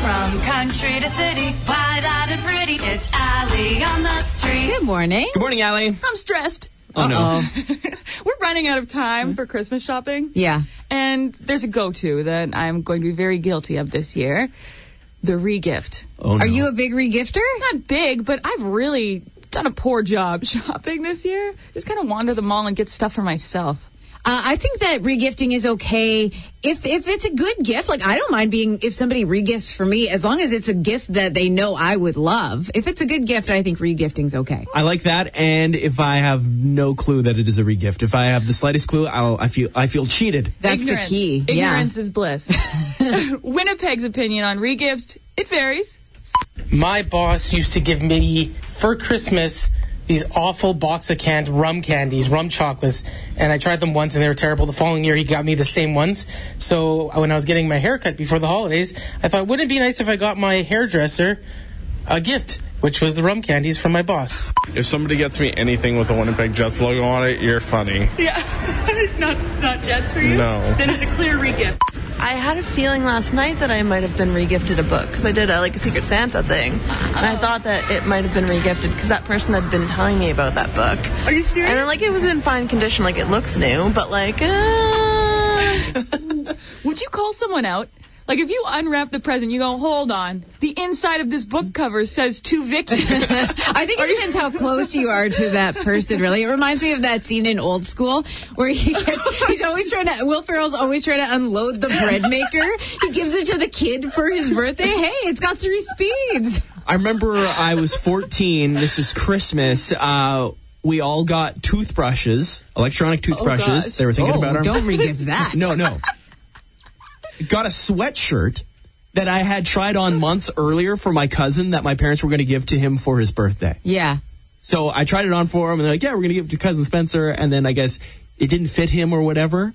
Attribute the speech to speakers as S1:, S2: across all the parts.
S1: From country to city, wide-eyed and pretty, it's Allie on the street.
S2: Good morning.
S3: Good morning, Allie.
S4: I'm stressed.
S3: Oh no.
S4: We're running out of time for Christmas shopping.
S2: Yeah.
S4: And there's a go to that I'm going to be very guilty of this year the regift.
S3: Oh no.
S2: Are you a big regifter?
S4: Not big, but I've really done a poor job shopping this year. Just kind of wander the mall and get stuff for myself.
S2: Uh, I think that regifting is okay if if it's a good gift. Like I don't mind being if somebody regifts for me as long as it's a gift that they know I would love. If it's a good gift, I think regifting's okay.
S3: I like that, and if I have no clue that it is a regift, if I have the slightest clue, I'll, I feel I feel cheated.
S2: That's
S4: Ignorance.
S2: the key.
S4: Ignorance is bliss. Winnipeg's opinion on regifts, it varies.
S5: My boss used to give me for Christmas these awful box of canned rum candies, rum chocolates, and I tried them once and they were terrible. The following year, he got me the same ones. So uh, when I was getting my haircut before the holidays, I thought, wouldn't it be nice if I got my hairdresser a gift, which was the rum candies from my boss?
S6: If somebody gets me anything with a Winnipeg Jets logo on it, you're funny.
S4: Yeah. not not jets for you?
S6: No.
S4: Then it's a clear regift.
S7: I had a feeling last night that I might have been regifted a book because I did a, like a Secret Santa thing, and I thought that it might have been regifted because that person had been telling me about that book. Are you serious? And I'm like, it was in fine condition, like it looks new, but like. Uh...
S4: Would you call someone out? Like if you unwrap the present, you go, hold on. The inside of this book cover says to Vicky.
S2: I think it depends how close you are to that person. Really, it reminds me of that scene in Old School where he gets, he's always trying to Will Ferrell's always trying to unload the bread maker. He gives it to the kid for his birthday. Hey, it's got three speeds.
S3: I remember I was 14. This was Christmas. Uh, we all got toothbrushes, electronic toothbrushes.
S4: gosh.
S3: they were thinking
S2: oh,
S3: about our
S2: don't regift that.
S3: No, no. Got a sweatshirt that I had tried on months earlier for my cousin that my parents were going to give to him for his birthday.
S2: Yeah.
S3: So I tried it on for him, and they're like, "Yeah, we're going to give it to cousin Spencer." And then I guess it didn't fit him or whatever.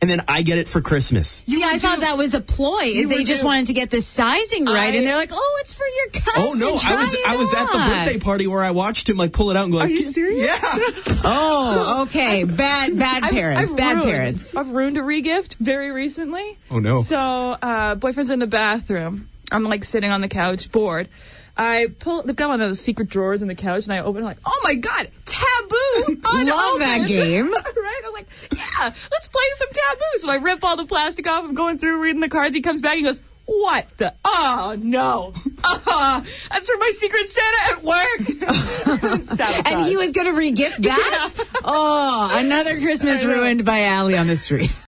S3: And then I get it for Christmas.
S2: See, I thought that was a ploy. Is they just wanted to get the sizing right, and they're like, "Oh, it's for your cousin."
S3: Oh no! I
S2: Try
S3: was
S2: it
S3: I was at the
S2: on."
S3: birthday party where I watched him like pull it out and go. Are you serious? Yeah.
S2: Oh, okay. bad, bad
S4: I've-
S2: parents.
S4: I've
S2: bad
S4: ruined-
S2: parents.
S4: I've ruined a regift very recently.
S3: Oh, no.
S4: So uh, boyfriend's in the bathroom. I'm like sitting on the couch, bored. I pull. They've got one of those secret drawers in the couch, and I open. it like, oh my god, taboo!
S2: Love that
S4: unopened.
S2: game.
S4: right? I'm like, yeah, let's play some taboo. So I rip all the plastic off. I'm going through reading the cards. He comes back. He goes, what the? Oh no! Uh, that's for my secret Santa at work. Sabotage.
S2: And he was going to regift that. Oh, another Christmas ruined by Allie on the street.